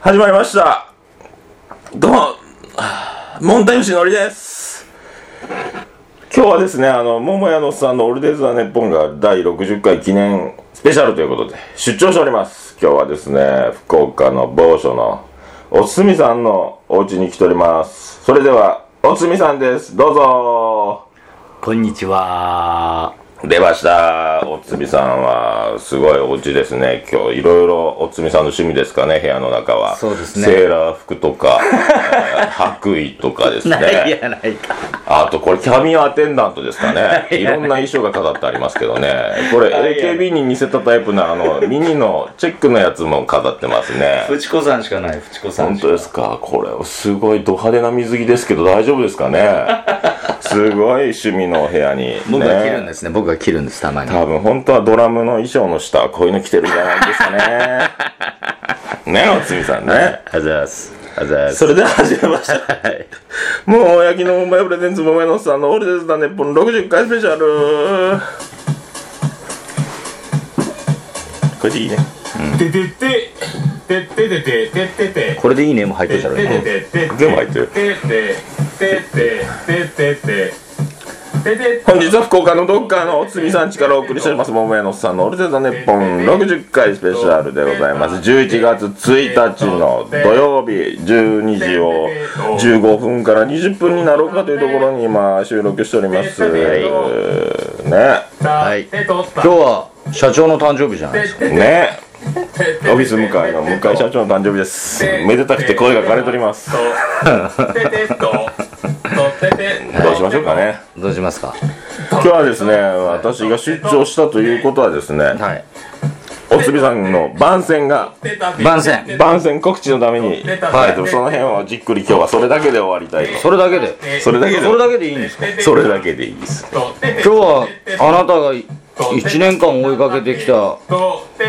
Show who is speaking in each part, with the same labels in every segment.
Speaker 1: 始まりましたどうもはぁモンタイムシのりです今日はですねあの桃屋のおっさんの「オールデイズ・ザ・ネッポン」が第60回記念スペシャルということで出張しております今日はですね福岡の某所のおつみさんのお家に来ておりますそれではおつみさんですどうぞ
Speaker 2: こんにちは。
Speaker 1: 出ましたおつみさんはすごいお家ですね今日いろいろおつみさんの趣味ですかね部屋の中は
Speaker 2: そうですね
Speaker 1: セーラー服とか えー白衣とかです
Speaker 2: ない
Speaker 1: ね
Speaker 2: やないか。
Speaker 1: あとこれキャビンアテンダントですかね
Speaker 2: い
Speaker 1: いろんな衣装が飾ってありますけどねこれ AKB に似せたタイプのあの ミニのチェックのやつも飾ってますね
Speaker 2: フチコさんしかない、フチコさ
Speaker 1: 本
Speaker 2: んしか
Speaker 1: 当ですかこれすごいド派手な水着ですけど大丈夫ですかね すごい趣味のお部屋に、ね、
Speaker 2: 僕が切るんですね。僕が切るんです、たまに。
Speaker 1: 多分本当はドラムの衣装の下はこういうの着てるんじゃないですかね ねおつみさんね
Speaker 2: あざーす。あざーす。
Speaker 1: それでは始めました
Speaker 2: はい。
Speaker 1: もう焼きの桃屋プレゼンツ桃屋のおっさんのオールデイズだね本60回スペシャルこれでいいね
Speaker 3: てててててててててて
Speaker 2: これでいいねも入って
Speaker 3: て
Speaker 2: たら
Speaker 3: て
Speaker 2: ね。
Speaker 3: てて
Speaker 1: 全部入ってる
Speaker 3: てててててててて
Speaker 1: 本日は福岡のどっかのおつみさんちからお送りしております桃屋のおっさんのオールデイズだね本60回スペシャルでございます11月1日の土曜日12時を15分から20分になろうかというところに今収録しておりますね
Speaker 3: はいてとっ
Speaker 2: 今日は社長の誕生日じゃないですか。
Speaker 1: ねオフィス向かいの向井社長の誕生日ですめでたくて声が枯れております
Speaker 3: ててととてて
Speaker 1: どうしましょうかね
Speaker 2: どうしますか
Speaker 1: 今日はですね私が出張したということはですね
Speaker 2: はい。
Speaker 1: おつみさんの番宣が
Speaker 2: 番宣
Speaker 1: 番宣告知のために、はい、でもその辺はじっくり今日はそれだけで終わりたい
Speaker 2: それだけで。
Speaker 1: と。それだけで
Speaker 2: それだけでいいんですか
Speaker 1: それだけでいいです。
Speaker 2: 今日は、あなたが1年間追いかけてきたホ
Speaker 3: とて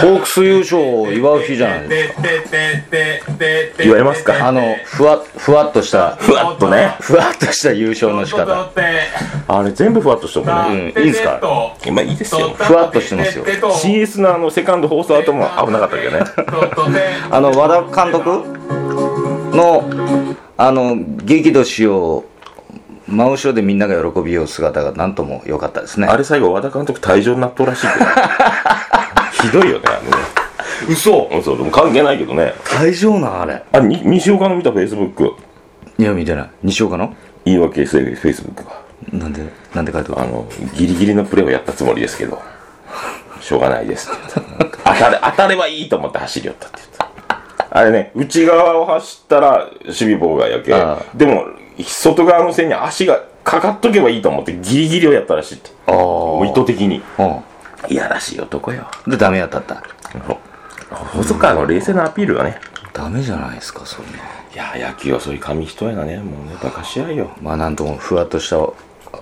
Speaker 2: ークス優勝を祝う日じゃないです
Speaker 3: ててててて
Speaker 1: 祝います
Speaker 2: か。
Speaker 1: か
Speaker 2: あの、ふわ、ふわっとした、
Speaker 1: ふわっとね。
Speaker 2: ふわっとした優勝の仕方。
Speaker 1: あれ全部ふわっとしとくね。
Speaker 2: うん、いいですか
Speaker 1: 今いいですよ。
Speaker 2: ふわっとしてますよ
Speaker 1: CS のあのセカンド放送後も危なかったけどね。
Speaker 2: あの和田監督のあの激怒しよう真後ろでみんなが喜びよう姿がなんとも良かったですね
Speaker 1: あれ最後和田監督退場になっとうらしいけ ど。ひどいよね、あれね。嘘嘘、でも関係ないけどね。
Speaker 2: 会場なあれ
Speaker 1: あれ、に西岡の見た Facebook。
Speaker 2: いや見てない西岡の
Speaker 1: 言い訳してる Facebook が。
Speaker 2: なんでなんで書いておく
Speaker 1: あの、ギリギリのプレーをやったつもりですけど、しょうがないですって言った当たれ、当たればいいと思って走り寄ったって言った。あれね、内側を走ったら守備棒がやけ
Speaker 2: ああ、
Speaker 1: でも、外側の線に足がかかっとけばいいと思ってギリギリをやったらしいって。
Speaker 2: あ
Speaker 1: もう意
Speaker 2: ー
Speaker 1: 図的に。
Speaker 2: う
Speaker 1: いやらしい男よ。
Speaker 2: んでダメやったった
Speaker 1: 細川の冷静なアピールがね。
Speaker 2: ダメじゃないですかそんない
Speaker 1: や、野球はそういう紙一重だね。もうね、バカし合いよ。
Speaker 2: まあなんともふわっとした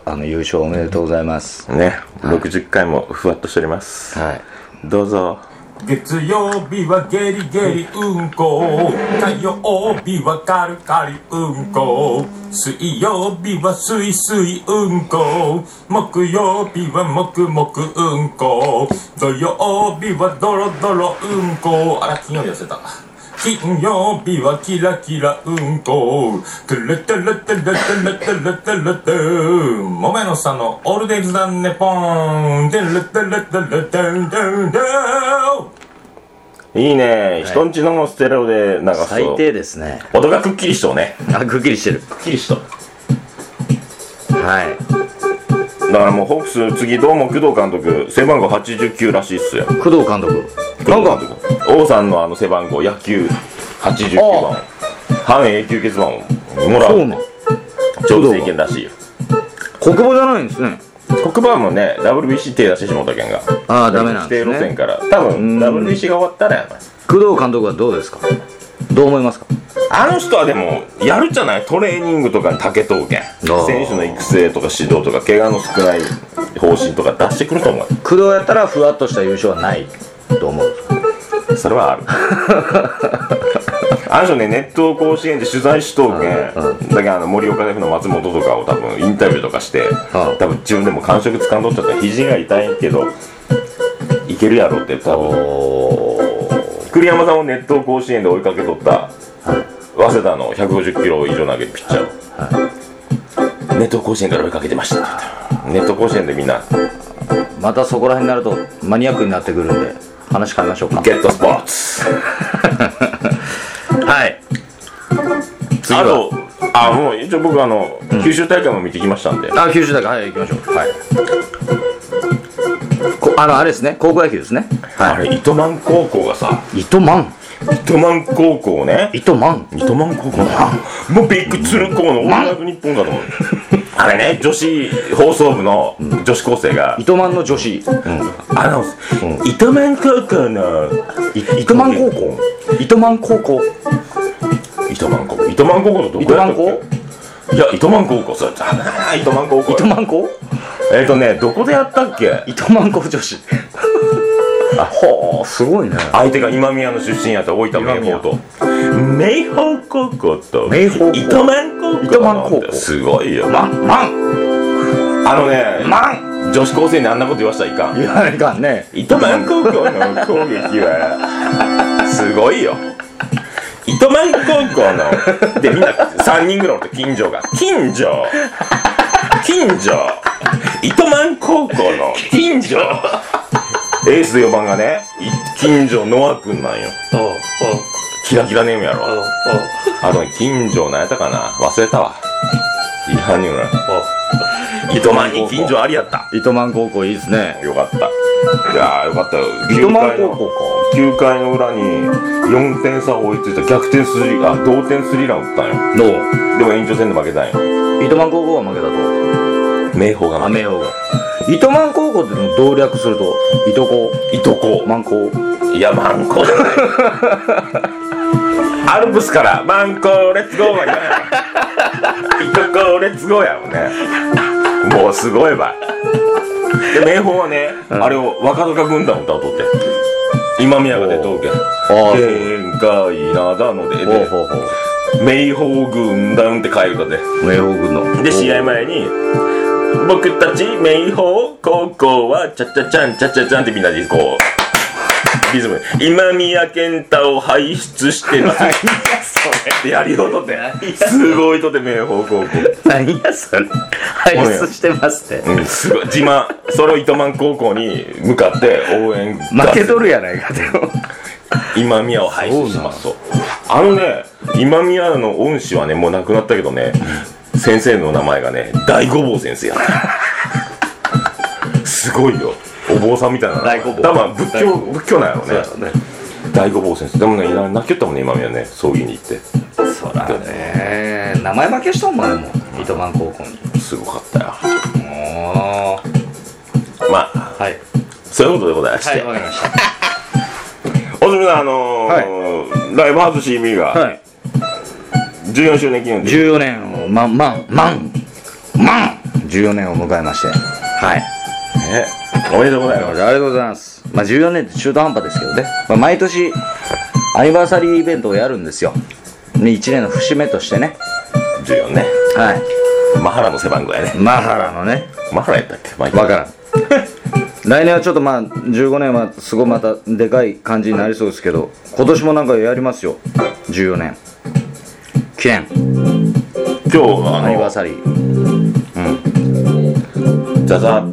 Speaker 2: あの優勝おめでとうございます
Speaker 1: ね、60回もふわっとしております。
Speaker 2: はい
Speaker 1: どうぞ。
Speaker 3: 月曜日はゲリゲリうんこ火曜日はカリカリうんこ水曜日はすいすいうんこ木曜日はもくもくうんこ土曜日はドロドロうんこあら金曜日痩せた金曜日はキラキラうんこトゥルトゥルトゥルトゥルトゥルトゥルトゥもめのさんのオールデイズだねぽんトゥルトゥルトゥルトゥルトゥルトゥ
Speaker 1: いいね、人んちのもステレオで流す
Speaker 2: 最
Speaker 1: と
Speaker 2: 低ですね
Speaker 1: 音がくっきりしとうね
Speaker 2: あくっきりしてる
Speaker 1: くっきりしと
Speaker 2: はい
Speaker 1: だからもうホークス次どうも工藤監督背番号89らしいっすよ
Speaker 2: 工藤監督
Speaker 1: なんか王さんのあの背番号野球89番半永久欠番をもら
Speaker 2: そうな
Speaker 1: うんちょうど政権らしいよ
Speaker 2: 国母じゃないんですね
Speaker 1: 黒板もね WBC 手出してしもうたけんが
Speaker 2: ああダメなんです
Speaker 1: 規定路線
Speaker 2: ね
Speaker 1: から多分 WBC が終わったらやな
Speaker 2: 工藤監督はどうですかどう思いますか
Speaker 1: あの人はでもやるじゃないトレーニングとかに竹刀剣
Speaker 2: ー
Speaker 1: 選手の育成とか指導とか怪我の少ない方針とか出してくると思う
Speaker 2: 工藤やったらふわっとした優勝はないと思う
Speaker 1: それはある あの人ねネット甲子園で取材しとうけんだけどあの森岡大夫の松本とかを多分インタビューとかして
Speaker 2: うん
Speaker 1: 多分自分でも感触つかんどっちゃった肘が痛いけどいけるやろって多分
Speaker 2: おー
Speaker 1: 栗山さんを熱湯甲子園で追いかけとった早稲田の150キロ以上投げるピッチャーを熱湯甲子園から追いかけてましたって言った熱湯甲子園でみんな
Speaker 2: またそこら辺になるとマニアックになってくるんで話変えましょうか
Speaker 1: ゲットスポーツ
Speaker 2: はい次
Speaker 1: あ
Speaker 2: は
Speaker 1: とあもう一応僕あの、九州大会も見てきましたんで
Speaker 2: あ九州大会はい行きましょうはいこあのあれですね高校野球ですね
Speaker 1: あれ糸満高校がさ
Speaker 2: 糸満
Speaker 1: 糸満高校ね
Speaker 2: 糸満
Speaker 1: 糸満高校のもうビッグツル校のオールナイト日本かと思うあれね女子放送部の女子高生が
Speaker 2: 糸満の女子、うん、
Speaker 1: アナウンス糸満高校のい
Speaker 2: 糸満高校糸満高校
Speaker 1: 糸満高校糸満高校のどこやったっ
Speaker 2: 糸満
Speaker 1: けいや糸満高校そうだな糸満高校
Speaker 2: 糸満校
Speaker 1: えっとねどこでやったっけ
Speaker 2: 糸満校女子 あほうすごいね
Speaker 1: 相手が今宮の出身やった大分明豊と明豊高校と
Speaker 2: 明豊高校
Speaker 1: 糸満高校
Speaker 2: 糸満高校
Speaker 1: すごいよ
Speaker 2: マンマン
Speaker 1: あのね
Speaker 2: マン
Speaker 1: 女子高生にあんなこと言わしたらいかん
Speaker 2: 言わないかんね
Speaker 1: 糸満高校の攻撃はすごいよ糸満高校のでみんな3人ぐらいおって近所が近所近所糸満高校の近所エース4番がねい近所ノア君なんよ
Speaker 4: おうおう
Speaker 1: キラキラネームや
Speaker 4: おうお
Speaker 1: ろ
Speaker 4: う
Speaker 1: あの近所何やったかな忘れたわいらんよな
Speaker 4: おう
Speaker 1: 糸満に近所ありやった
Speaker 2: 糸満高校いいですね
Speaker 1: よかったいやーよかったよ
Speaker 2: 糸満高校か
Speaker 1: 9回の裏に4点差を追いついた逆転スリーあ同点スリーラン打ったんよ
Speaker 2: ど
Speaker 1: でも延長戦で負けたんよ
Speaker 2: う糸満高校は負けたと
Speaker 1: 明豊が負
Speaker 2: 雨王が糸満高校っていうのを動略すると糸高
Speaker 1: けいとこ
Speaker 2: 満高
Speaker 1: いやマンコじゃないアルプスから「マンコレッツゴー」は言わないいとこレッツゴーやもんねもうすごいばいで明豊はね、あれを若鷹軍団を歌うとって今宮が出とうけ
Speaker 2: あ
Speaker 1: 限界なだので
Speaker 2: ほう
Speaker 1: で
Speaker 2: ほうほう
Speaker 1: 明豊軍団って替え歌で
Speaker 2: 明豊軍の
Speaker 1: で試合前に「僕たち明豊高校はチャチャチャンチャチャチャン」ってみんなでこうリズムで今宮健太を輩出してますってやりようとってすごいとって明豊高校、
Speaker 2: 何やそれ排出してますって
Speaker 1: うん、すごい自慢それを糸満高校に向かって応援
Speaker 2: 負けとるやないかでも
Speaker 1: 今宮を輩出しますとあのね今宮の恩師はねもう亡くなったけどね先生の名前がね大御坊先生や ったすごいよお坊さんみたいな名前
Speaker 2: 大御坊
Speaker 1: 多分仏教仏教なんやろ
Speaker 2: そ
Speaker 1: ね大御坊先生でもねいら泣きよったもんね今宮ね葬儀に行っ
Speaker 2: そらね名前負けしとんもんねもう糸満高校に
Speaker 1: てすごかったよ
Speaker 2: おー
Speaker 1: まあ
Speaker 2: はい
Speaker 1: そういうことでございまし
Speaker 2: は
Speaker 1: て、
Speaker 2: いわかりました
Speaker 1: おすみさんあのーライブハウス CB が
Speaker 2: はい
Speaker 1: 14周年記念で、
Speaker 2: 14年をまんまんまんまん14年を迎えましてはい
Speaker 1: ねおめでとうござい
Speaker 2: あ
Speaker 1: ま
Speaker 2: り
Speaker 1: す
Speaker 2: がとうございます、まあ、14年って中途半端ですけどね、まあ、毎年アニバーサリーイベントをやるんですよね1年の節目としてね
Speaker 1: 14ね
Speaker 2: はい
Speaker 1: マハラの背番号やね
Speaker 2: マハラのね
Speaker 1: マハラやったっけわ
Speaker 2: わからん 来年はちょっとまあ15年はすごいまたでかい感じになりそうですけど今年もなんかやりますよ14年記念
Speaker 1: 今日あ
Speaker 2: アニバー
Speaker 1: の
Speaker 2: サリー
Speaker 1: ザザーッ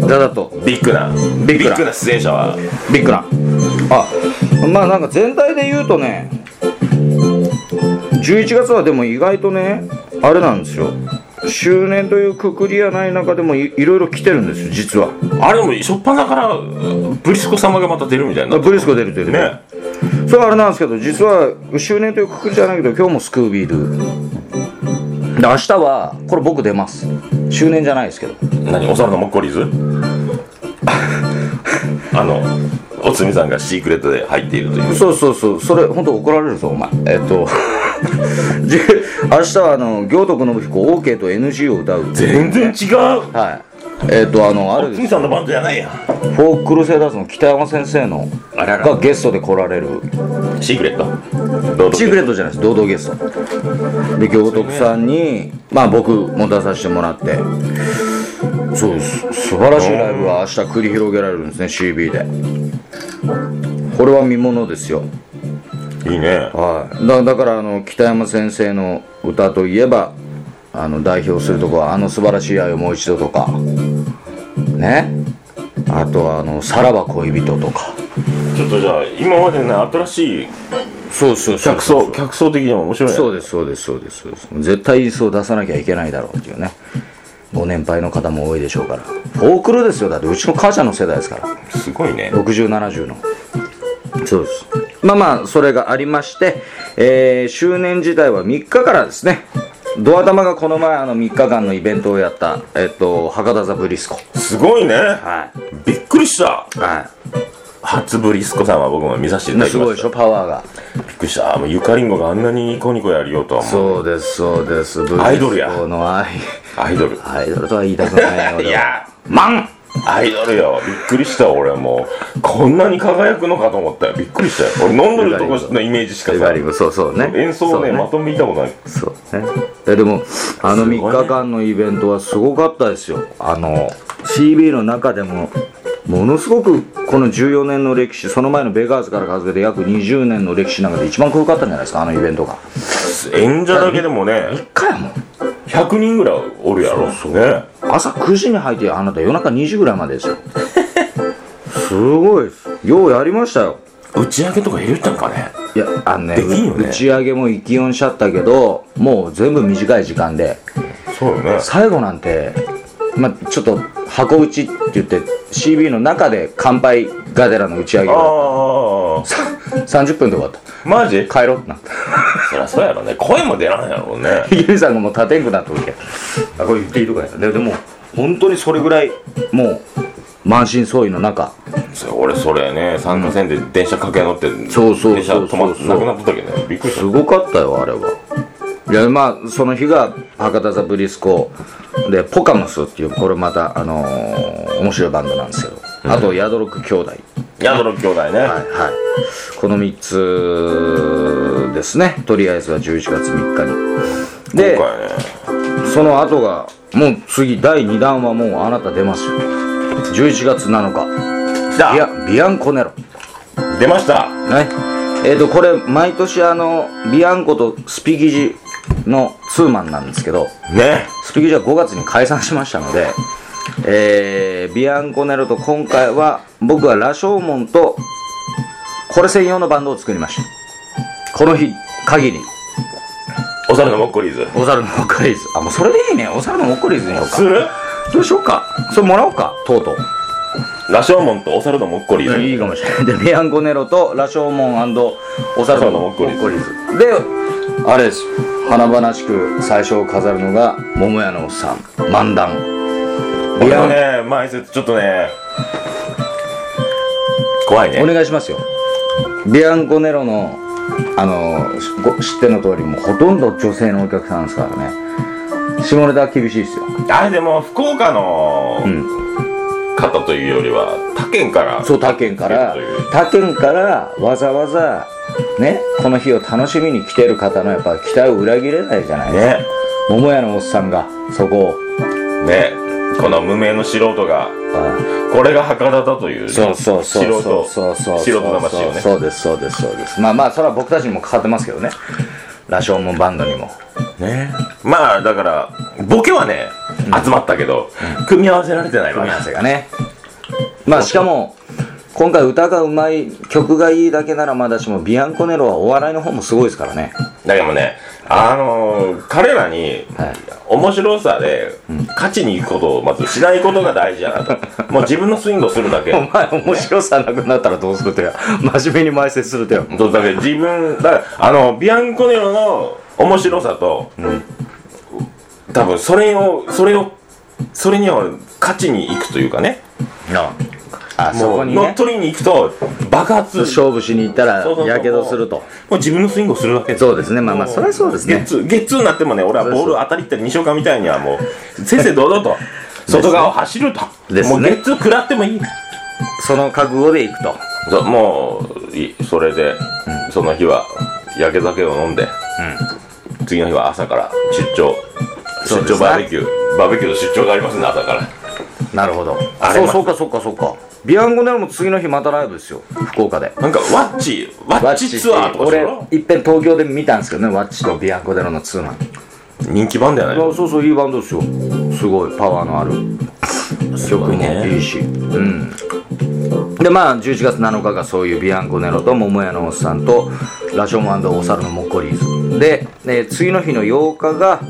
Speaker 1: と
Speaker 2: だだと
Speaker 1: ビッグな
Speaker 2: ビッグな
Speaker 1: 出演者は
Speaker 2: ビッグなあまあなんか全体で言うとね11月はでも意外とねあれなんですよ周年というくくりやない中でもいいろいろ来てるんですよ実は
Speaker 1: あれも初っ端からブリスコ様がまた出るみたいな
Speaker 2: ブリスコ出る出る
Speaker 1: ね
Speaker 2: それはあれなんですけど実は周年というくくりじゃないけど今日もスクービールで明日はこれ僕出ます周年じゃないですけど
Speaker 1: 何お皿のモッコリーズ あのおつみさんがシークレットで入っているという
Speaker 2: そうそうそうそれ本当怒られるぞお前えっと じ明日はあの行徳信彦 OK と NG を歌う
Speaker 1: 全然違う
Speaker 2: はいえっ、とあのあ
Speaker 1: お
Speaker 2: る
Speaker 1: つ
Speaker 2: フ
Speaker 1: みさんのバンドじゃないや
Speaker 2: ォーク・クルセイダーズの北山先生の
Speaker 1: あらら
Speaker 2: がゲストで来られる
Speaker 1: シークレットどうぞ
Speaker 2: シークレットじゃないです堂々ゲストで行徳さんにまあ僕も出させてもらってそうです素晴らしいライブが明日繰り広げられるんですね CB でこれれは見ものですよ
Speaker 1: いいね
Speaker 2: はい、だだからあの北山先生の歌といえばあの代表するとこは「あの素晴らしい愛をもう一度」とかねあとはあの「さらば恋人」とか
Speaker 1: ちょっとじゃあ今までね新しい
Speaker 2: そうそう
Speaker 1: 客層客層的にも面白いね
Speaker 2: そうですそうですそうですそうです絶対演奏出さなきゃいけないだろうっていうねご年配の方も多いでしょうからフォークルですよだってうちの母ちゃんの世代ですから
Speaker 1: すごいね
Speaker 2: 6070のそうですまあまあそれがありまして、えー、周年時代は3日からですねドア玉がこの前あの3日間のイベントをやった、えっと、博多座ブリスコ
Speaker 1: すごいね
Speaker 2: は
Speaker 1: びっくりした
Speaker 2: いは
Speaker 1: 初ブリスコさんは僕も見させてい
Speaker 2: い
Speaker 1: ただき
Speaker 2: す
Speaker 1: ま
Speaker 2: ごい
Speaker 1: した
Speaker 2: でしょパワーが
Speaker 1: びっくりしたもうゆかりんごがあんなにニコニコやるよとは思う
Speaker 2: そうですそうですブリスコの
Speaker 1: アイドルやア
Speaker 2: アイ
Speaker 1: イドル
Speaker 2: アイドルとは言いたくないよ
Speaker 1: いやマンアイドルよびっくりした俺はもうこんなに輝くのかと思ったよびっくりしたよ俺飲んでるとこのイメージしか
Speaker 2: エ
Speaker 1: さ
Speaker 2: ガリングそうそうね
Speaker 1: 演奏をね
Speaker 2: そう
Speaker 1: まとめ見たことない
Speaker 2: そうねえでもあ
Speaker 1: す
Speaker 2: の
Speaker 1: ごいね
Speaker 2: 3日間のイベントはすごかったですよあの CB の中でもものすごくこの14年の歴史その前のベガーズから数えて約20年の歴史の中で一番濃かったんじゃないですかあのイベントが
Speaker 1: 演者だけでもね
Speaker 2: 1回も
Speaker 1: 100人ぐらいおるやろそうね
Speaker 2: 朝9時に入ってあなた夜中2時ぐらいまでですよすごいですようやりましたよ
Speaker 1: 打ち上げとか入れたんかね
Speaker 2: いやあのね
Speaker 1: できんよね
Speaker 2: 打ち上げも勢いんしちゃったけどもう全部短い時間で
Speaker 1: そうよね
Speaker 2: 最後なんて、まあ、ちょっと箱打ちって言って CB の中で乾杯がてらの打ち上げが
Speaker 1: ああ
Speaker 2: 30分で終わっ
Speaker 1: マジ
Speaker 2: た帰ろうってなった
Speaker 1: そりゃそうやろね声も出らんやろうね
Speaker 2: ゆりさんがもう立てんくなったわけあこれ言っていいとかやででも本当にそれぐらいもう満身創痍の中
Speaker 1: そ俺それね参加せんで電車駆け乗って
Speaker 2: そうそう
Speaker 1: 電車止まっ
Speaker 2: そうそう
Speaker 1: なくなっとったけどねびっくりし
Speaker 2: すごかったよあれはいやまあその日が博多座ブリスコでポカムスっていうこれまたあのー面白いバンドなんですけど、あとヤドロク兄弟
Speaker 1: た宿の兄弟ね、
Speaker 2: はいはい、この3つですねとりあえずは11月3日にで
Speaker 1: 今回ね
Speaker 2: その後がもう次第2弾はもうあなた出ますよ11月7
Speaker 1: 来
Speaker 2: 日い
Speaker 1: た
Speaker 2: やビアンコネロ
Speaker 1: 出ました
Speaker 2: ねえー、とこれ毎年あのビアンコとスピギジのツーマンなんですけど
Speaker 1: ね
Speaker 2: スピギジは5月に解散しましたので、えー、ビアンコネロと今回は僕は羅生門とこれ専用のバンドを作りましたこの日限り
Speaker 1: お猿のもっこりーズ
Speaker 2: お猿のモッコリーズあもうそれでいいねお猿のモッコリーズにしよう
Speaker 1: す
Speaker 2: か
Speaker 1: る
Speaker 2: どうしようかそれもらおうかとうとう
Speaker 1: 羅生門とお猿のもっこりーズ
Speaker 2: いいかもしれないでビアンコネロと羅生門お猿のモッコリーズであれです華々しく最初を飾るのが桃屋のおっさん漫談
Speaker 1: 俺もね前説ちょっとね怖い
Speaker 2: お
Speaker 1: ね
Speaker 2: 願いしますよビアンコネロのあのしご知っての通りもうほとんど女性のお客さんですからね下ネタは厳しいですよ
Speaker 1: あれでも福岡の
Speaker 2: ん
Speaker 1: 方というよりは他県から
Speaker 2: そう他県から他県からわざわざねこの日を楽しみに来てる方のやっぱ期待を裏切れないじゃない
Speaker 1: ね
Speaker 2: 桃屋のおっさんがそこを
Speaker 1: ねこの無名の素人が
Speaker 2: あ
Speaker 1: これが博多だというね
Speaker 2: そうそうそうそうそうそう
Speaker 1: 素
Speaker 2: そう
Speaker 1: 人素人魂をね
Speaker 2: そうですそうですそうですまあまあそれは僕たちにもかかってますけどね羅生門バンドにも
Speaker 1: ねまあだからボケはね集まったけど、組み合わせられてないわ
Speaker 2: 組み
Speaker 1: ね
Speaker 2: 合わせがねまあしかも今回歌がうまい曲がいいだけならまだしもビアンコネロはお笑いの方もすごいですからね
Speaker 1: だけどねあのー彼らに、
Speaker 2: はい
Speaker 1: 面白さで、勝ちに行くことをまずしないことが大事やな ともう自分のスイングをするだけ
Speaker 2: お前面白さなくなったらどうするとや真面目に埋設するとや
Speaker 1: そうだけど自分だからあのビアンコネロの面白さと、多分それをそれをそれには勝ちに行くというかね
Speaker 2: なああそ
Speaker 1: も
Speaker 2: こ
Speaker 1: う
Speaker 2: に
Speaker 1: 乗っ
Speaker 2: ね
Speaker 1: 取りに行くと爆発
Speaker 2: 勝負しに行ったら
Speaker 1: そうそうそう
Speaker 2: やけどすると
Speaker 1: もう自分のスイングをするだけ
Speaker 2: そうですねまあまあそれはそうです
Speaker 1: ゲッ
Speaker 2: ね
Speaker 1: ツー、ゲッツーになってもね、俺はボール当たりって西岡みたいにはもう、先生堂々と、外側を走ると。
Speaker 2: ですね
Speaker 1: もうゲッツー食らってもいい。
Speaker 2: その覚悟で行くと
Speaker 1: そうもういい、それで、その日は、焼け酒を飲んで、次の日は朝から出張、
Speaker 2: そう
Speaker 1: 出
Speaker 2: です
Speaker 1: 張
Speaker 2: ね
Speaker 1: バーベキュー、バーベキューと出張がありますね、朝から。
Speaker 2: なるほど
Speaker 1: あれ
Speaker 2: そう
Speaker 1: まあ
Speaker 2: そうかそうかそうかビアンコネロも次の日またライブですよ福岡で
Speaker 1: なんかワッチワッチツアーとかし
Speaker 2: 俺
Speaker 1: ろ
Speaker 2: いっぺん東京で見たんですけどねワッチとビアンコネロのツーマン
Speaker 1: 人気バンドやない
Speaker 2: いやそうそういいバンドですよすごいパワーのある曲もいいしうんでまあ11月7日がそういうビアンコネロと桃屋のおっさんとラションお猿のモッコリーズで、えー次の日の8日が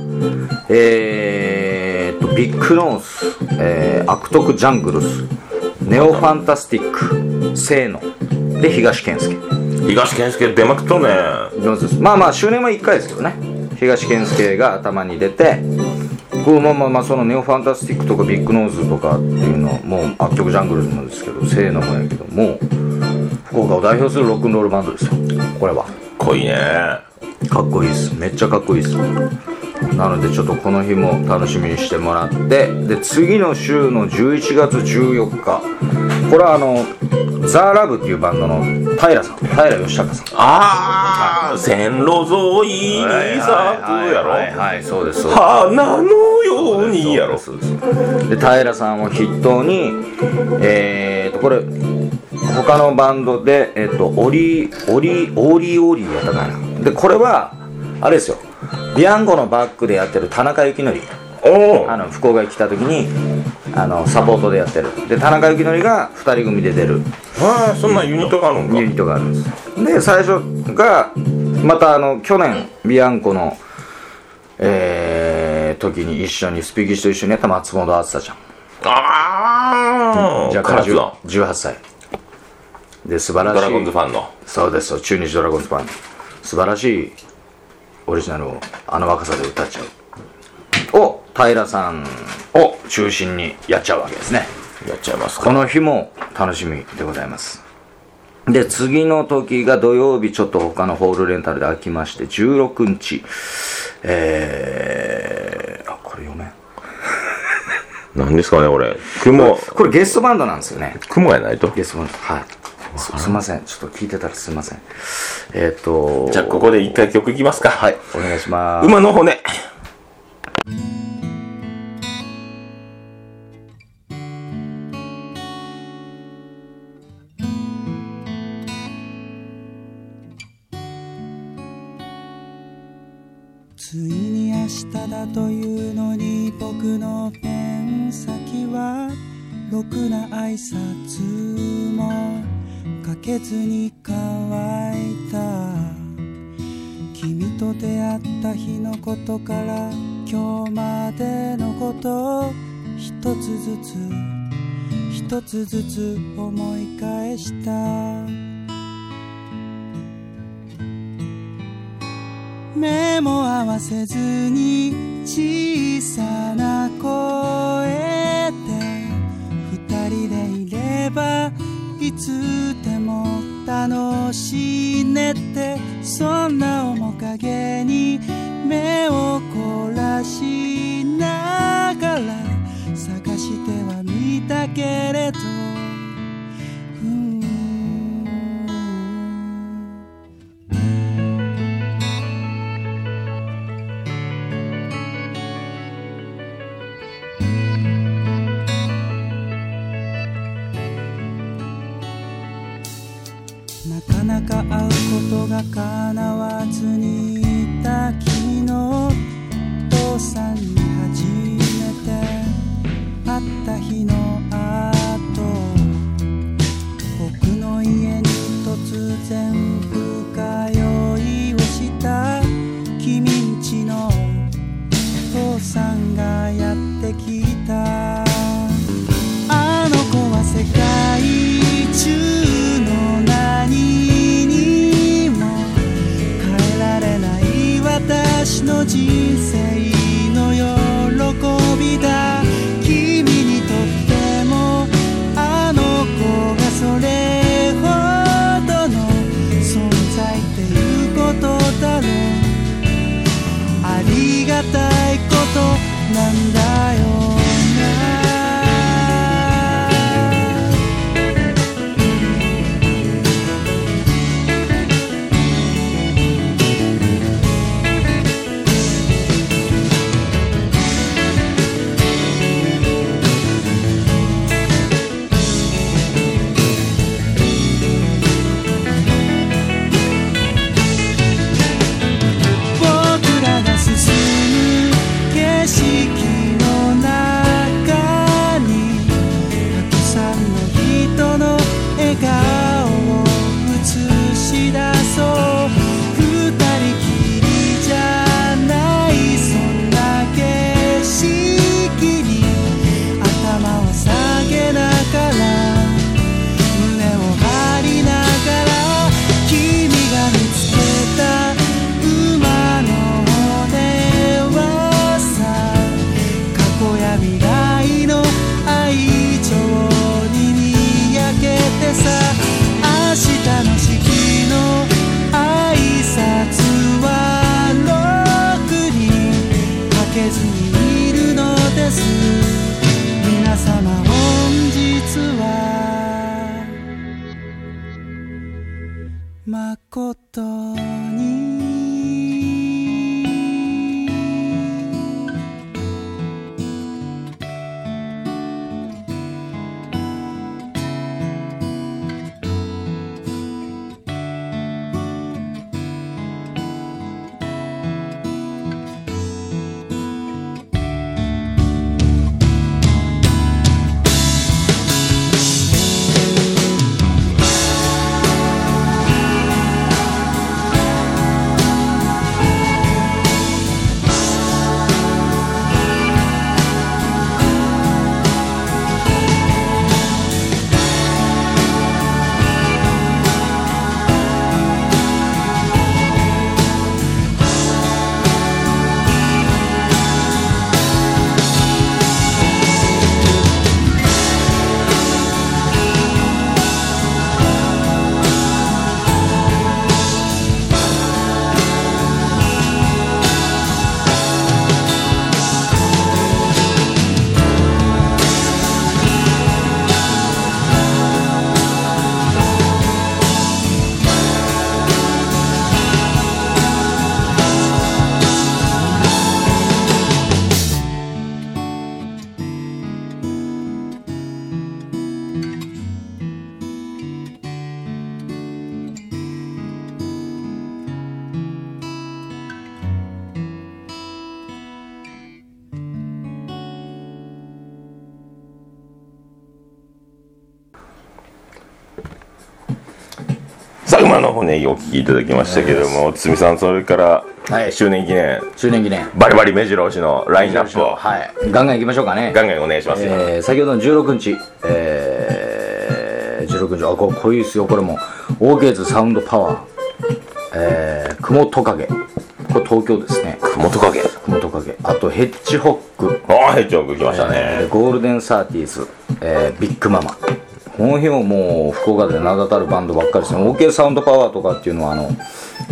Speaker 2: えーっとビッグノース、えー悪徳ジャングルスネオファンタスティックせーので東健介
Speaker 1: 東健介出まくっとんね
Speaker 2: どうですまあまあ周年は1回ですけどね東健介が頭に出てこうまあまあまあそのネオファンタスティックとかビッグノーズとかっていうのもう悪曲ジャングルズなんですけどせーのもやけども福岡を代表するロックンロールバンドですよこれは
Speaker 1: 濃いね
Speaker 2: かっこいいですめっちゃかっこいいですなのでちょっとこの日も楽しみにしてもらってで次の週の11月14日これはあのザ・ラブっていうバンドの平さん平義孝さん
Speaker 1: ああ線路沿いに咲くやろ
Speaker 2: はいはいはいはいそうですそうです
Speaker 1: 花のようにやろ
Speaker 2: そうですで平さんを筆頭にえー、とこれ他のバンドでえっ、とオリオリオリオリやったかなでこれはあれですよビアンゴのバックでやってる田中幸典
Speaker 1: お
Speaker 2: あ
Speaker 1: う
Speaker 2: の福岡に来た時にあのサポートでやってるで田中幸典が2人組で出る
Speaker 1: あーそんなユニットがあるんか
Speaker 2: ユニットがあるんですで最初がまたあの去年ビアンコのえー、時に一緒にスピーキッシュと一緒にやった松本梓ちゃん
Speaker 1: ああ
Speaker 2: じゃあ
Speaker 1: カ
Speaker 2: 彼
Speaker 1: ラス
Speaker 2: 女
Speaker 1: の
Speaker 2: 18歳で素晴ら
Speaker 1: ド
Speaker 2: しい
Speaker 1: ラゴンズファンの
Speaker 2: そうですよ中日ドラゴンズファン素晴らしいオリジナルをあの若さで歌っちゃうを平さんを中心にやっちゃうわけですね
Speaker 1: やっちゃいます
Speaker 2: こ
Speaker 1: か
Speaker 2: の日も楽しみでございますで次の時が土曜日ちょっと他のホールレンタルで空きまして16日えー、あこれ読めん
Speaker 1: 何ですかねこれ雲
Speaker 2: これゲストバンドなんですよね
Speaker 1: 雲やないと
Speaker 2: ゲストバンドはいすすいませんちょっと聞いてたらすいませんえっ、と
Speaker 1: じゃあここで一回曲いきますかはい
Speaker 2: お願いします
Speaker 1: 馬の骨
Speaker 4: ついに明日だというのに僕のペン先はろくな挨拶もかけずに乾いた君と出会った日のことから今日までのこと一つずつ一つずつ思い返した目も合わせずに小さな声で二人でいればいつでも楽しいねってそんな面影に目を凝らしながら探しては見たけれどうんなかなか会うことが叶わずにいた君のお父さんに初めて会った日の後僕の家に突然深酔いをした君んちのお父さんがやってきたあの子は世界中の何にも変えられない私の人生の喜びだ君にとってもあの子がそれほどの存在っていうことだろうありがたいことなんだよな
Speaker 1: あの骨お聞きいただきましたけども堤さんそれから、
Speaker 2: はい
Speaker 1: 周年記念
Speaker 2: 周年記念
Speaker 1: バリバリ目白押しのラインナップを
Speaker 2: はいガンガンいきましょうかね
Speaker 1: ガンガンお願いしますよ、
Speaker 2: えー先ほどの16日、えー、16日あこれこういうですよこれもオーケーズサウンドパワー、えー、クモトカゲこれ東京ですね
Speaker 1: 雲と影
Speaker 2: クモトカゲあとヘッジホッグ、
Speaker 1: ああヘッジョーク来ました
Speaker 2: え
Speaker 1: ね
Speaker 2: ー、ゴールデンサーティーズ、えービッグママこの日ももう福岡で名だたるバンドばっかりですね OK サウンドパワーとかっていうのはあの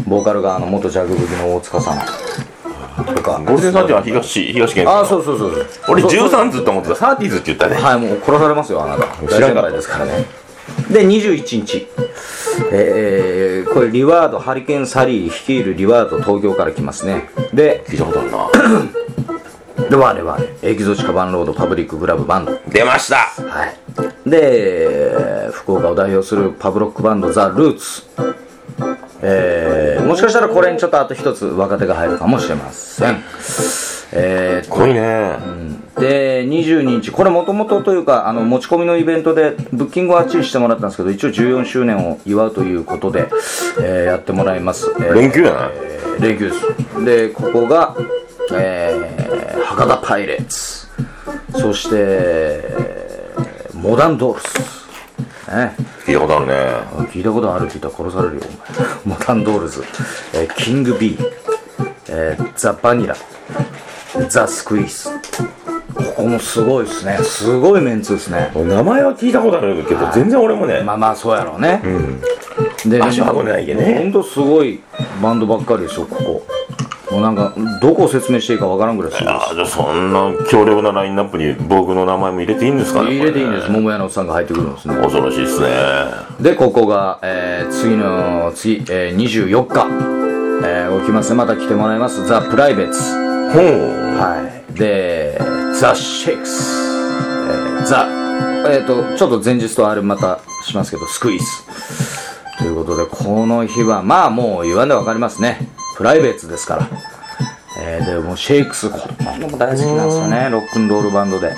Speaker 2: ボーカルがあの元ジャグブギの大塚さんとか
Speaker 1: ゴールデンサーティは東東県
Speaker 2: ああそうそうそうそう
Speaker 1: 俺
Speaker 2: そうそう
Speaker 1: 13ずっと思ってたサーティーズって言ったね
Speaker 2: はい、もう殺されますよ、あなた。
Speaker 1: 知らんかった
Speaker 2: 大先輩ですからね。で、21日。えー、これ、リワード、ハリケーンサリー率いるリワード東京から来ますね。で、
Speaker 1: 聞いたことあるな
Speaker 2: で、我々、エキゾチカバンロードパブリッククラブバンド。
Speaker 1: 出ました
Speaker 2: はい。で、福岡を代表するパブロックバンド、ザ・ルーツ。えー、もしかしたらこれにちょっとあと一つ若手が入るかもしれません。えー、
Speaker 1: 濃いね
Speaker 2: で22日これもともとというかあの持ち込みのイベントでブッキングをあっちにしてもらったんですけど一応14周年を祝うということで、えーやってもらいます、えー
Speaker 1: 連休やな
Speaker 2: えー連休ですでここが、えー、博多パイレーツそして、えーモダンドールスね
Speaker 1: 聞いたことあるね
Speaker 2: 聞いたことある聞いたら殺されるよ お前モダンドールズ、えーキングビー、えーザ・バニラザ・スクイーズここもすごいですねすごいメンツですね
Speaker 1: 名前は聞いたことあるけど全然俺もね
Speaker 2: まあまあそうやろうね、で
Speaker 1: 足運んでないけね
Speaker 2: ほんとすごいバンドばっかりですよここもうなんかどこを説明していいかわからんぐらいすごいです
Speaker 1: あじゃあそんな強力なラインナップに僕の名前も入れていいんですかね
Speaker 2: 入れていいんで
Speaker 1: こ
Speaker 2: す
Speaker 1: れね
Speaker 2: 桃屋のおっさんが入ってくるんですね
Speaker 1: 恐ろしいっすね
Speaker 2: でここが、えー次の次、えー24日、えー起きますねまた来てもらいますザ・プライベーツ
Speaker 1: ほう
Speaker 2: はいでザ・シェイクス、えーザえっ、とちょっと前日とあれまたしますけどスクイーズということでこの日はまあもう言わんでわかりますねプライベーツですからえーでもうシェイクスこのも大好きなんですよねロックンロールバンドで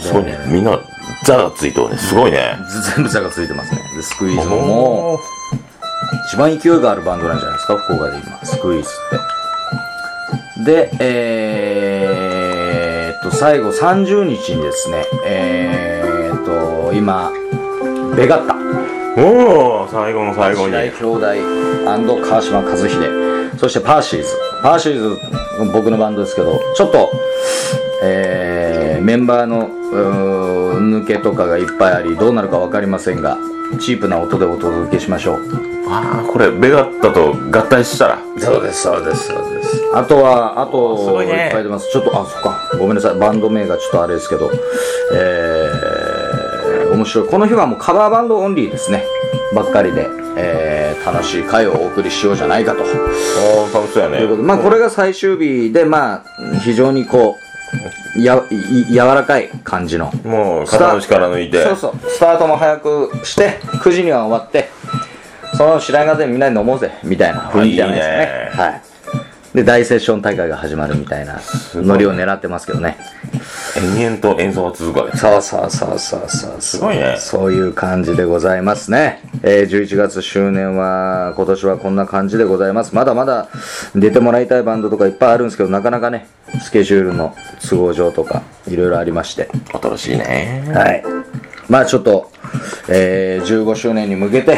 Speaker 2: す
Speaker 1: ごいねみんなザがついてるねすごいね
Speaker 2: 全部ザがついてますねでスクイーズももう一番勢いがあるバンドなんじゃないですか福岡で今スクイーズってでえー、っと最後30日にですねえー、っと今ベガッタ
Speaker 1: おお最後の最後に
Speaker 2: 白井兄弟川島和秀そしてパーシーズパーシーズ僕のバンドですけどちょっと、えーメンバーのうー抜けとかがいっぱいありどうなるか分かりませんがチープな音でお届けしましょう
Speaker 1: ああこれベガッタと合体したら
Speaker 2: そうですそうですそうですあとはあとい,、っぱい出ますちょっとあそっかごめんなさいバンド名がちょっとあれですけどえー、面白いこの日はもうカバーバンドオンリーですねばっかりで、えー楽しい回をお送りしようじゃないかと
Speaker 1: おお楽しそうやね
Speaker 2: ということでまあ、これが最終日で、まあ、非常にこう、や、い柔らかい感じの。
Speaker 1: もう
Speaker 2: スター
Speaker 1: 肩の力抜いて
Speaker 2: そうそう。スタートも早くして、9時には終わって、その白髪でみんなで飲もうぜ、みたいな雰囲気じゃないですかね。はい。で、大セッション大会が始まるみたいなノリを狙ってますけどね。
Speaker 1: 延々と演奏が続くわけ
Speaker 2: そうそうそうそうそうす
Speaker 1: ごいね
Speaker 2: そういう感じでございますね、えー11月周年は今年はこんな感じでございますまだまだ出てもらいたいバンドとかいっぱいあるんですけどなかなかねスケジュールの都合上とかいろいろありまして
Speaker 1: 新しいね
Speaker 2: はいまあちょっと、えー15周年に向けて、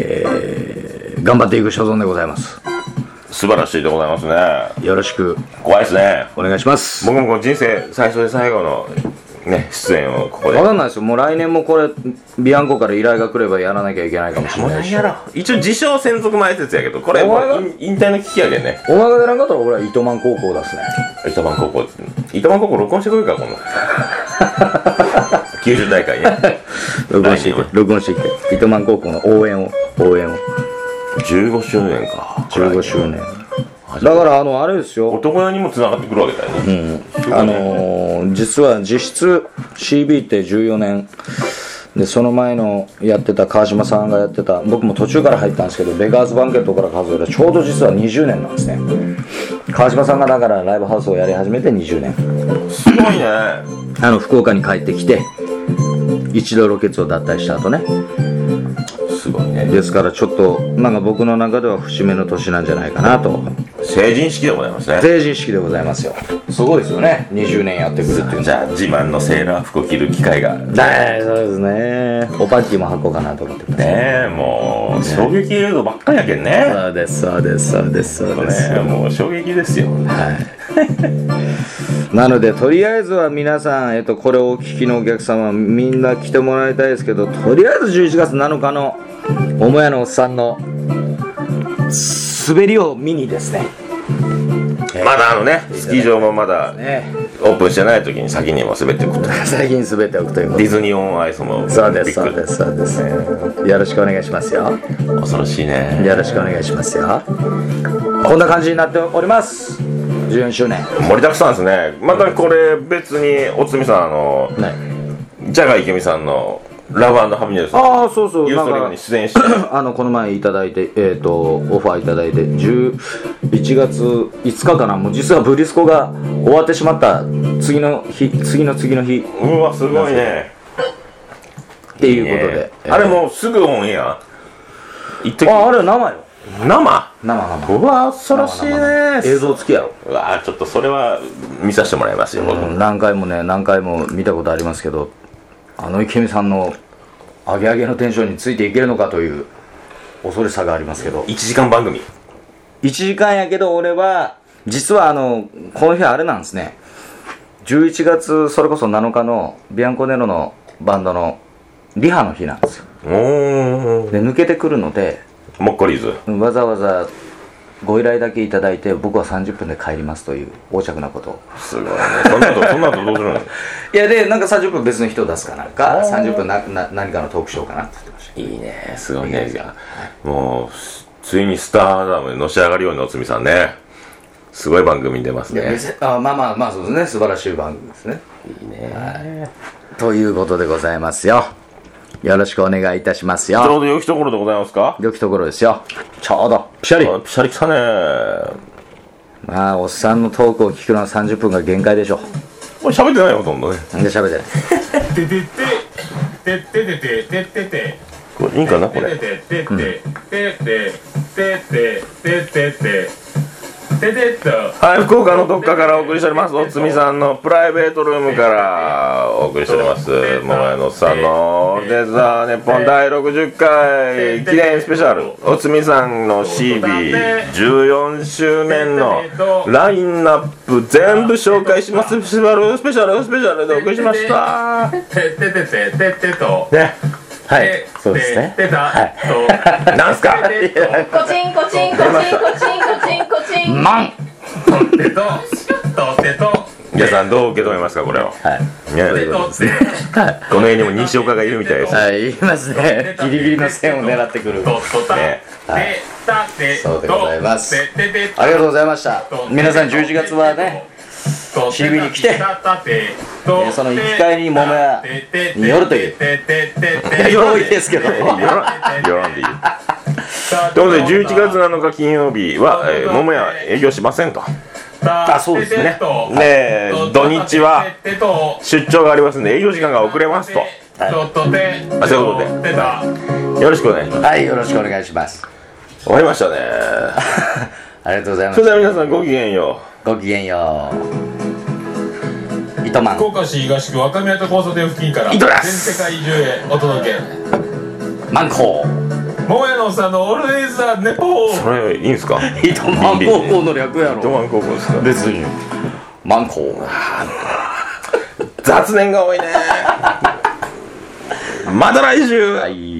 Speaker 2: えー頑張っていく所存でございます
Speaker 1: 素晴らしいでございますね
Speaker 2: よろしく
Speaker 1: 怖いですね
Speaker 2: お願いします
Speaker 1: 僕もこう人生最初で最後のね出演をここで
Speaker 2: わかんないですよもう来年もこれビアンコから依頼が来ればやらなきゃいけないかもしれ
Speaker 1: もう
Speaker 2: ない
Speaker 1: 何
Speaker 2: し
Speaker 1: やろ一応自称専属前説やけどこれも
Speaker 2: お前が
Speaker 1: う引引退の危機やけんね
Speaker 2: お前が出なかったら俺は糸満高校出すね
Speaker 1: 糸満高校糸満高校録音してくれるから今度 90大会ね
Speaker 2: 録音してき
Speaker 1: 来
Speaker 2: て
Speaker 1: 年
Speaker 2: 録音してきて糸満高校の応援を応援を
Speaker 1: 15周年か
Speaker 2: 15周年だからあのあれですよ
Speaker 1: 男屋にも繋がってくるわけだよね、
Speaker 2: あのー実は実質 CB って14年でその前のやってた川島さんがやってた僕も途中から入ったんですけどベガーズバンケットから数えたらちょうど実は20年なんですね川島さんがだからライブハウスをやり始めて20年
Speaker 1: すごいね
Speaker 2: あの福岡に帰ってきて一度ロケツを脱退した後ね
Speaker 1: すごいね
Speaker 2: ですからちょっとなんか僕の中では節目の年なんじゃないかなと
Speaker 1: 成人式でございますね
Speaker 2: 成人式でございますよすごいですよね20年やってくるっていうのは
Speaker 1: じゃあ自慢のセーラー服を着る機会がね
Speaker 2: はいそうですねおパッキーも履こうかなと思ってます
Speaker 1: えもう衝撃映像ばっかりやけんね
Speaker 2: そうですそうですそうですそうです、
Speaker 1: ねもう衝撃ですよ
Speaker 2: はい、なのでとりあえずは皆さん、えっと、これをお聞きのお客様みんな来てもらいたいですけどとりあえず11月7日の母屋のおっさんの滑りを見にですね
Speaker 1: まだあのねスキー場もまだ
Speaker 2: ね
Speaker 1: オープンしてない時に先にも滑っていくと
Speaker 2: 最近滑っておくということ
Speaker 1: ディ
Speaker 2: で
Speaker 1: ズニー・オン・アイスも
Speaker 2: そうです
Speaker 1: び
Speaker 2: そ
Speaker 1: っ
Speaker 2: う
Speaker 1: くり
Speaker 2: ですそうですよろしくお願いしますよ
Speaker 1: 恐ろしいね
Speaker 2: よろしくお願いしますよこんな感じになっております14周年
Speaker 1: 盛りだくさんですねまたこれ別におつみさんあの
Speaker 2: ね
Speaker 1: ジャガイケミさんのラバーのハビネスの
Speaker 2: ああそうそう
Speaker 1: ユー
Speaker 2: な
Speaker 1: ストリーム
Speaker 2: ん
Speaker 1: に
Speaker 2: か
Speaker 1: 出演して
Speaker 2: あのこの前いただいて、えー、とオファーいただいて11月5日かなもう実はブリスコが終わってしまった次の日次の次の日っ
Speaker 1: うわすごいね
Speaker 2: ていうことで、
Speaker 1: ねあれもうすぐオンエア一時
Speaker 2: えーああれは生よ
Speaker 1: 生
Speaker 2: 生生
Speaker 1: うわ恐ろしいね
Speaker 2: 映像付きやろ、
Speaker 1: うわちょっとそれは見させてもらいますよ、僕
Speaker 2: うん何回もね何回も見たことありますけどあの池見さんのアゲアゲのテンションについていけるのかという恐れさがありますけど
Speaker 1: 1時間番組
Speaker 2: 1時間やけど俺は実はあのこの日あれなんですね11月それこそ7日のビアンコネロのバンドのリハの日なんですよ
Speaker 1: おー
Speaker 2: で抜けてくるので
Speaker 1: もっこりーず
Speaker 2: わざわざご依頼だけいただいて僕は30分で帰りますという横着なことを
Speaker 1: すごいねそんなとそんなとどうするの
Speaker 2: いやでなんか30分別の人を出すかなんか30分なな何かのトークショーかなって言ってました
Speaker 1: いいねすごいねじゃあもうすついにスターダムにのし上がるようにおつみさんねすごい番組に出ます
Speaker 2: いや
Speaker 1: ね
Speaker 2: 別にあまあまあまあそうですね素晴らしい番組ですね
Speaker 1: いいね
Speaker 2: ということでございますよよろしくお願いいたします
Speaker 1: ち
Speaker 2: よ
Speaker 1: ょうど良きところでございますか
Speaker 2: 良きところですよちょうどピシャリ
Speaker 1: あピシャリ来たね
Speaker 2: まあおっさんのトークを聞くのは30分が限界でしょ
Speaker 1: これ喋ってないよほとんどね
Speaker 2: なんで喋ってない
Speaker 3: てててててててててて
Speaker 1: これいいんかなこ
Speaker 3: て
Speaker 1: れ
Speaker 3: てててててててててててと
Speaker 1: はい福岡のどっかからお送りしておりますおつみさんのプライベートルームからお送りしております桃屋のおっさんのデザーネポン第60回記念スペシャルおつみさんの CB14 周年のラインナップ全部紹介しますスペシャルスペシャルスペシャルでお送りしました
Speaker 3: ててててててと
Speaker 1: ね
Speaker 2: はいそうですね
Speaker 3: てたと
Speaker 1: なんすか
Speaker 5: コチンコチンコチンコチンコチンコチン
Speaker 2: マン
Speaker 3: とてととてと
Speaker 1: 皆さんどう受け止めますかこれを
Speaker 2: はい
Speaker 1: ね
Speaker 3: とて
Speaker 1: この辺にも西岡がいるみたいです
Speaker 2: はい言いますね ギリギリの線を狙ってくる
Speaker 3: ととたてたててて
Speaker 2: ありがとうございました皆さん11月はね CB に来て
Speaker 3: て
Speaker 2: その行き帰りに桃屋に寄るという 用意ですけど
Speaker 1: よろよろんでいいということで11月7日金曜日は、えー、桃屋営業しませんと
Speaker 3: あ
Speaker 2: そうですね
Speaker 1: で土日は出張がありますんで営業時間が遅れますとあそういうこと
Speaker 3: で
Speaker 1: よろしくお願いします
Speaker 2: はいよろしくお願いします
Speaker 1: 終わりま したね
Speaker 2: ありがとうございま
Speaker 1: それ
Speaker 2: す
Speaker 1: では皆さんごきげんよう
Speaker 2: ごきげんよう糸満
Speaker 3: 福岡市東区若宮と交差点付近から
Speaker 1: い
Speaker 3: 全
Speaker 1: とらっ
Speaker 3: 世界中へお届け
Speaker 2: マンコ
Speaker 3: 桃屋のおっさんのオールデイズ・ザ・ネポー
Speaker 1: それい いんですか
Speaker 2: 糸満高校の略や
Speaker 1: ド
Speaker 2: ろ
Speaker 1: マン高校ですか
Speaker 2: 別にマンコ
Speaker 1: 雑念が多いねまた来週
Speaker 2: はい